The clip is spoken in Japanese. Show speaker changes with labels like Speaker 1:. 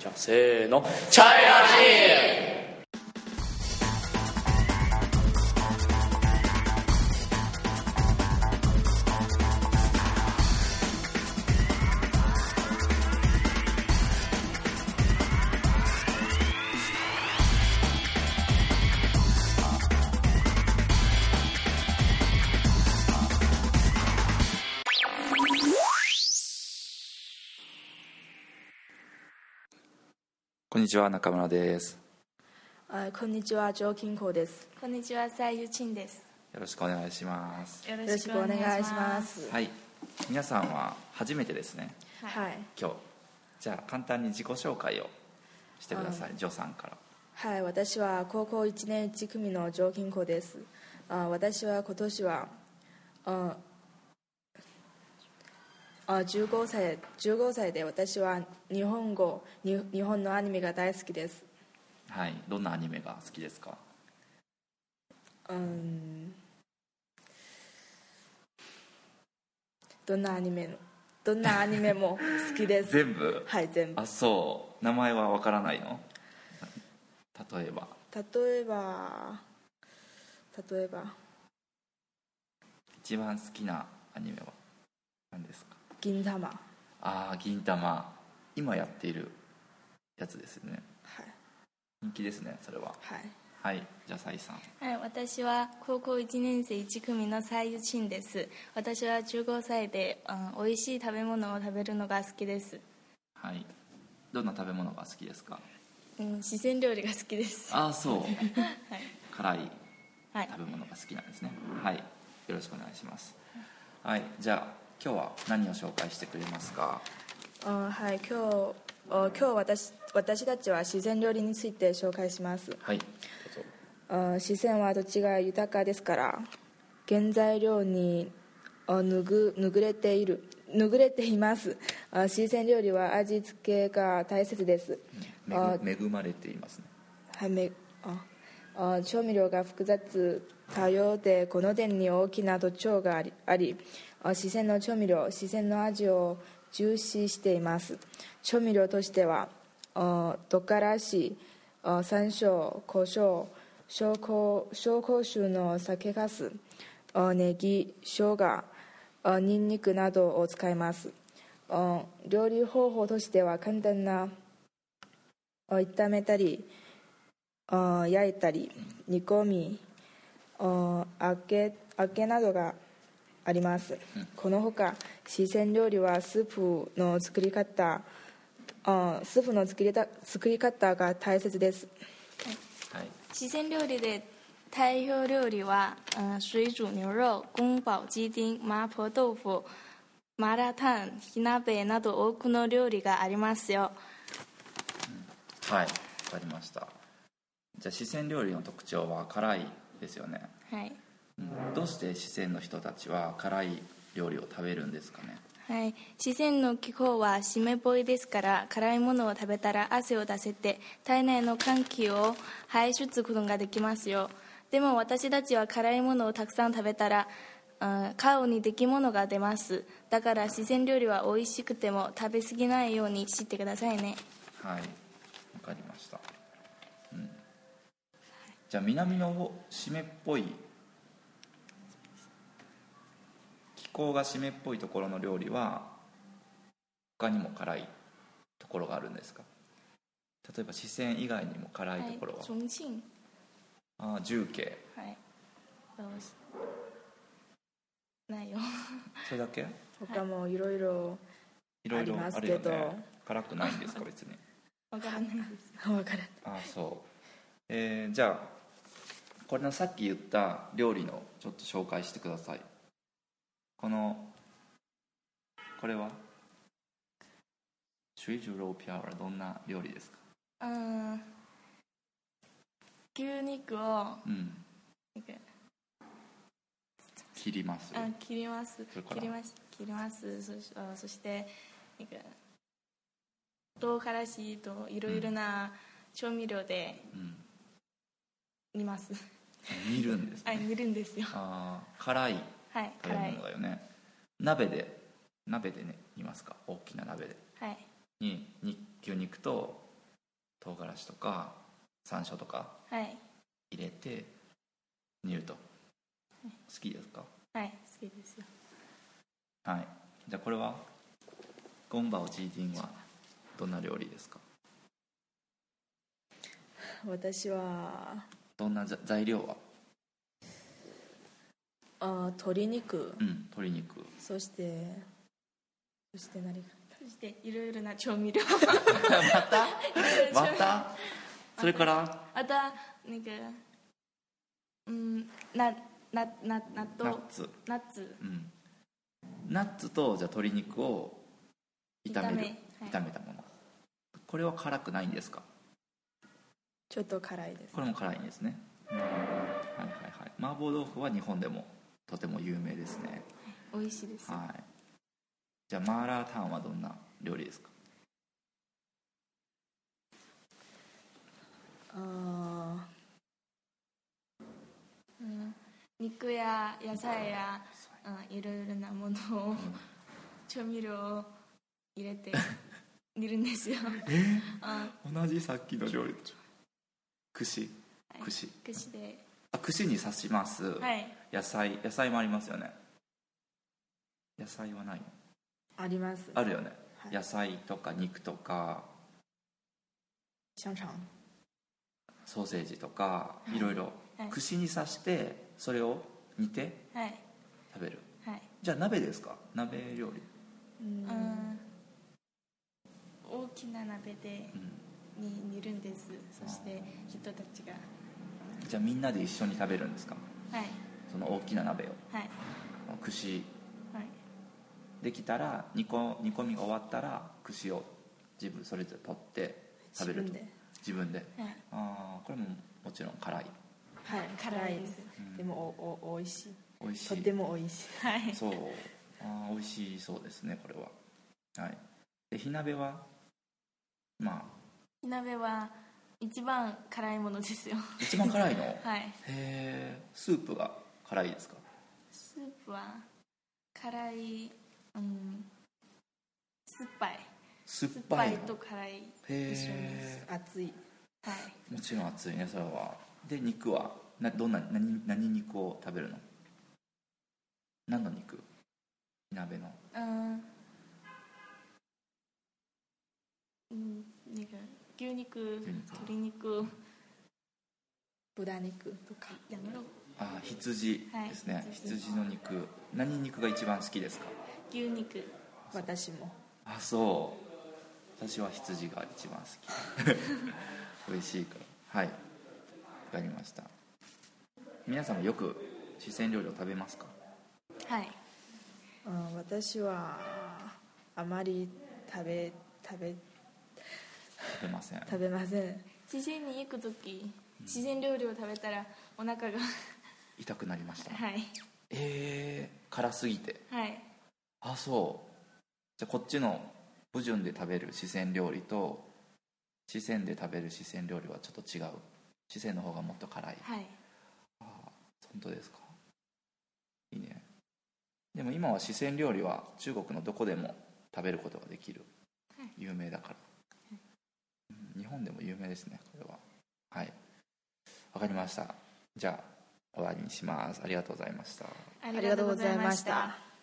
Speaker 1: じゃあせーのチャイラ
Speaker 2: こんにちは中村です
Speaker 3: あこんにちは上金子です
Speaker 4: こんにちは、西ゆちんです。
Speaker 2: よろしくお願いします
Speaker 4: よ
Speaker 3: よろしくお願いしま。す
Speaker 2: はい皆さんは初めてですね
Speaker 3: はい
Speaker 2: 今日じゃあ簡単に自己紹介をしてくださいジョさんから
Speaker 3: はい私は高校1年1組の上金子ですあ私は今年はああ15歳15歳で私は日本語に日本のアニメが大好きです
Speaker 2: はいどんなアニメが好きですか
Speaker 3: うんどんなアニメのどんなアニメも好きです
Speaker 2: 全部
Speaker 3: はい全部
Speaker 2: あそう名前はわからないの例えば
Speaker 3: 例えば例えば
Speaker 2: 一番好きなアニメは何ですか
Speaker 3: 銀玉
Speaker 2: ああ銀玉今やっているやつですよね
Speaker 3: はい
Speaker 2: 人気ですねそれは
Speaker 3: はい
Speaker 2: はいじゃあサイさん
Speaker 4: はい、私は高校1年生1組の西ゆちんです。私は15歳で、うん、美味しい食べ物を食べるのが好きです。
Speaker 2: はいどんな食べ物が好きですか
Speaker 4: うん、四川料理が好きです。
Speaker 2: ああ そう、辛い
Speaker 4: はい、
Speaker 2: 食べ物が好きなんですねはいよろしくお願いしますはいじゃあ今日は何を紹介してくれますか
Speaker 3: あはい今日あ今日私私たちは自然料理について紹介します
Speaker 2: はい
Speaker 3: あ自然は土地が豊かですから原材料にあぬぐぬぐれているぬぐれていますあ自然料理は味付けが大切です、
Speaker 2: め
Speaker 3: あ
Speaker 2: ぐ恵まれていますね
Speaker 3: はいめああ調味料が複雑多様でこの点に大きな特徴がありありあ四川の調味料四川の味を重視しています調味料としてはあ唐辛子あ山椒胡椒紹興紹興酒の酒粕すネギ生姜あニンニクなどを使いますあ料理方法としては簡単なあ炒めたりあ焼いたり煮込みあ揚げ揚げなどがあります、このほか四川料理はスープの作り方あスープの作りた作り方が大切です
Speaker 2: はい
Speaker 4: 四川料理で代表料理は、うん、水煮牛肉、宫保鸡丁、麻婆豆腐、麻辣烫、火鍋など多くの料理がありますよ。
Speaker 2: はいわかりましたじゃあ四川料理の特徴は辛いですよね、
Speaker 4: はい。
Speaker 2: うん、どうして四川の人たちは辛い料理を食べるんですかね
Speaker 4: はい、四川の気候は湿っぽいですから辛いものを食べたら汗を出せて体内の寒気を排出することができますよでも私たちは辛いものをたくさん食べたら、うん、顔にできものが出ますだから四川料理は美味しくても食べ過ぎないようにしてくださいね
Speaker 2: はいわかりました、うん、じゃあ南の湿っぽい気候が湿っぽいところの料理は他にも辛いところがあるんですか例えば四川以外にも辛いところは、
Speaker 4: 重慶
Speaker 2: ああ重慶
Speaker 4: はいどうしないよ
Speaker 2: それだけ
Speaker 3: 他もいろいろ
Speaker 2: いろいろ
Speaker 3: ありま
Speaker 2: あ
Speaker 3: す
Speaker 2: るよ
Speaker 3: けど
Speaker 2: ね辛くないんですか別に
Speaker 4: わからないです
Speaker 3: 分からな
Speaker 2: あ
Speaker 3: い
Speaker 2: そう、えーじゃあこれのさっき言った料理のちょっと紹介してくださいこのこれは水煮肉片はどんな料理ですか
Speaker 4: うん牛肉を
Speaker 2: うん
Speaker 4: なんか
Speaker 2: 切ります
Speaker 4: あ切ります
Speaker 2: それから
Speaker 4: 切ります切りますそしあそしてなんか唐辛子といろいろな調味料で
Speaker 2: うん
Speaker 4: 煮ます
Speaker 2: 煮るんです
Speaker 4: あ
Speaker 2: ね
Speaker 4: 煮るんですよ
Speaker 2: あー辛い
Speaker 4: はい
Speaker 2: 食べ
Speaker 4: 辛い
Speaker 2: 物だよね鍋で鍋でね煮ますか大きな鍋で
Speaker 4: はい
Speaker 2: にに牛肉と唐辛子とか山椒とか
Speaker 4: はい
Speaker 2: 入れて煮ると好きですか
Speaker 4: はい好きですよ
Speaker 2: はいじゃあこれはゴンバオジーディンはどんな料理ですか
Speaker 3: 私は
Speaker 2: どんなざ材料は
Speaker 3: あ鶏肉
Speaker 2: うん鶏肉
Speaker 3: そしてそして何か
Speaker 4: そしていろいろな 調味料
Speaker 2: またまたそれから
Speaker 4: あとはなんかうんななな納
Speaker 2: ナ
Speaker 4: 豆
Speaker 2: ッツ
Speaker 4: ナッツ
Speaker 2: うんナッツとじゃあ鶏肉を炒める
Speaker 4: 炒めはい
Speaker 2: 炒めたものこれは辛くないんですか
Speaker 3: ちょっと辛いです
Speaker 2: これも辛いんですねはいはいはい麻婆豆腐は日本でもとても有名ですね
Speaker 4: 美味しいですよ
Speaker 2: はいじゃあマーラータンはどんな料理ですか
Speaker 3: あ
Speaker 4: うん肉や野菜やうんいろいろなものを調味料を入れて煮るんですよあ
Speaker 2: 同じさっきの料理と串
Speaker 4: はい
Speaker 2: 串
Speaker 4: 串で
Speaker 2: あ串に刺します、
Speaker 4: はい
Speaker 2: 野菜野菜もありますよね野菜はない
Speaker 3: ーあります
Speaker 2: あるよね、
Speaker 3: はい
Speaker 2: 野菜とか肉とか
Speaker 3: シャンシャン
Speaker 2: ソーセージとかいろいろ
Speaker 4: はい
Speaker 2: 串に刺してそれを煮て
Speaker 4: はい
Speaker 2: 食べる
Speaker 4: はい
Speaker 2: じゃあ鍋ですか鍋料理
Speaker 3: うん
Speaker 4: うん大きな鍋で
Speaker 2: うん
Speaker 4: に煮るんですそして人たちが
Speaker 2: じゃあみんなで一緒に食べるんですか
Speaker 4: はい
Speaker 2: その大きな鍋を
Speaker 4: はい
Speaker 2: 串
Speaker 4: はい
Speaker 2: できたら煮こ煮込みが終わったら串を自分それぞれ取って食べると
Speaker 3: 自分
Speaker 2: 自
Speaker 3: で
Speaker 2: 分で
Speaker 4: はい
Speaker 2: ああこれももちろん辛い
Speaker 3: はい
Speaker 4: 辛いです
Speaker 2: うん
Speaker 3: でもおお美味し
Speaker 2: 美味
Speaker 3: い
Speaker 2: し
Speaker 3: と
Speaker 2: い
Speaker 3: ても美味しい
Speaker 4: はい
Speaker 2: そうあー美味しそうですねこれははいで火鍋はまあ
Speaker 4: 火鍋は一番辛いものですよ
Speaker 2: 一番辛いの へ
Speaker 4: はい
Speaker 2: えスープが辛いですか
Speaker 4: スープは辛いうん酸っぱい
Speaker 2: 酸っ
Speaker 4: 酸っ
Speaker 2: ぱ
Speaker 4: ぱ
Speaker 2: い
Speaker 4: い
Speaker 2: の
Speaker 4: と辛い
Speaker 2: へ
Speaker 4: 一緒で
Speaker 2: え
Speaker 3: 熱い
Speaker 4: はい
Speaker 2: もちろん熱いねそれはで肉はなどんな何何肉を食べるの何の肉火鍋の
Speaker 4: うんうんなんか牛肉
Speaker 2: 肉
Speaker 4: 鶏肉
Speaker 3: 豚肉とか
Speaker 4: やめろ
Speaker 2: あー羊ですね、
Speaker 4: はい
Speaker 2: 羊
Speaker 4: 羊
Speaker 2: の肉何肉が一番好きですか
Speaker 4: 牛肉
Speaker 3: 私も
Speaker 2: あそう私は羊が一番 好き美味しいからはいわかりました皆さんもよく四川料理を食べますか
Speaker 4: はい
Speaker 3: うん私はあまり食べ食べ
Speaker 2: 食べません
Speaker 3: 食べません
Speaker 4: 自然に行く時自然料理を食べたらお腹が
Speaker 2: 痛くなりました
Speaker 4: はい
Speaker 2: えー、辛すぎて
Speaker 4: はい
Speaker 2: あそうじゃあこっちのブジュンで食べる四川料理と四川で食べる四川料理はちょっと違う四川の方がもっと辛い
Speaker 4: はい
Speaker 2: あ本当ですかいいねでも今は四川料理は中国のどこでも食べることができる、
Speaker 4: はい
Speaker 2: 有名だから、うん日本でも有名ですねこれははいわかりましたじゃあ終わりにしますありがとうございました
Speaker 4: あ
Speaker 3: ありがとうございました。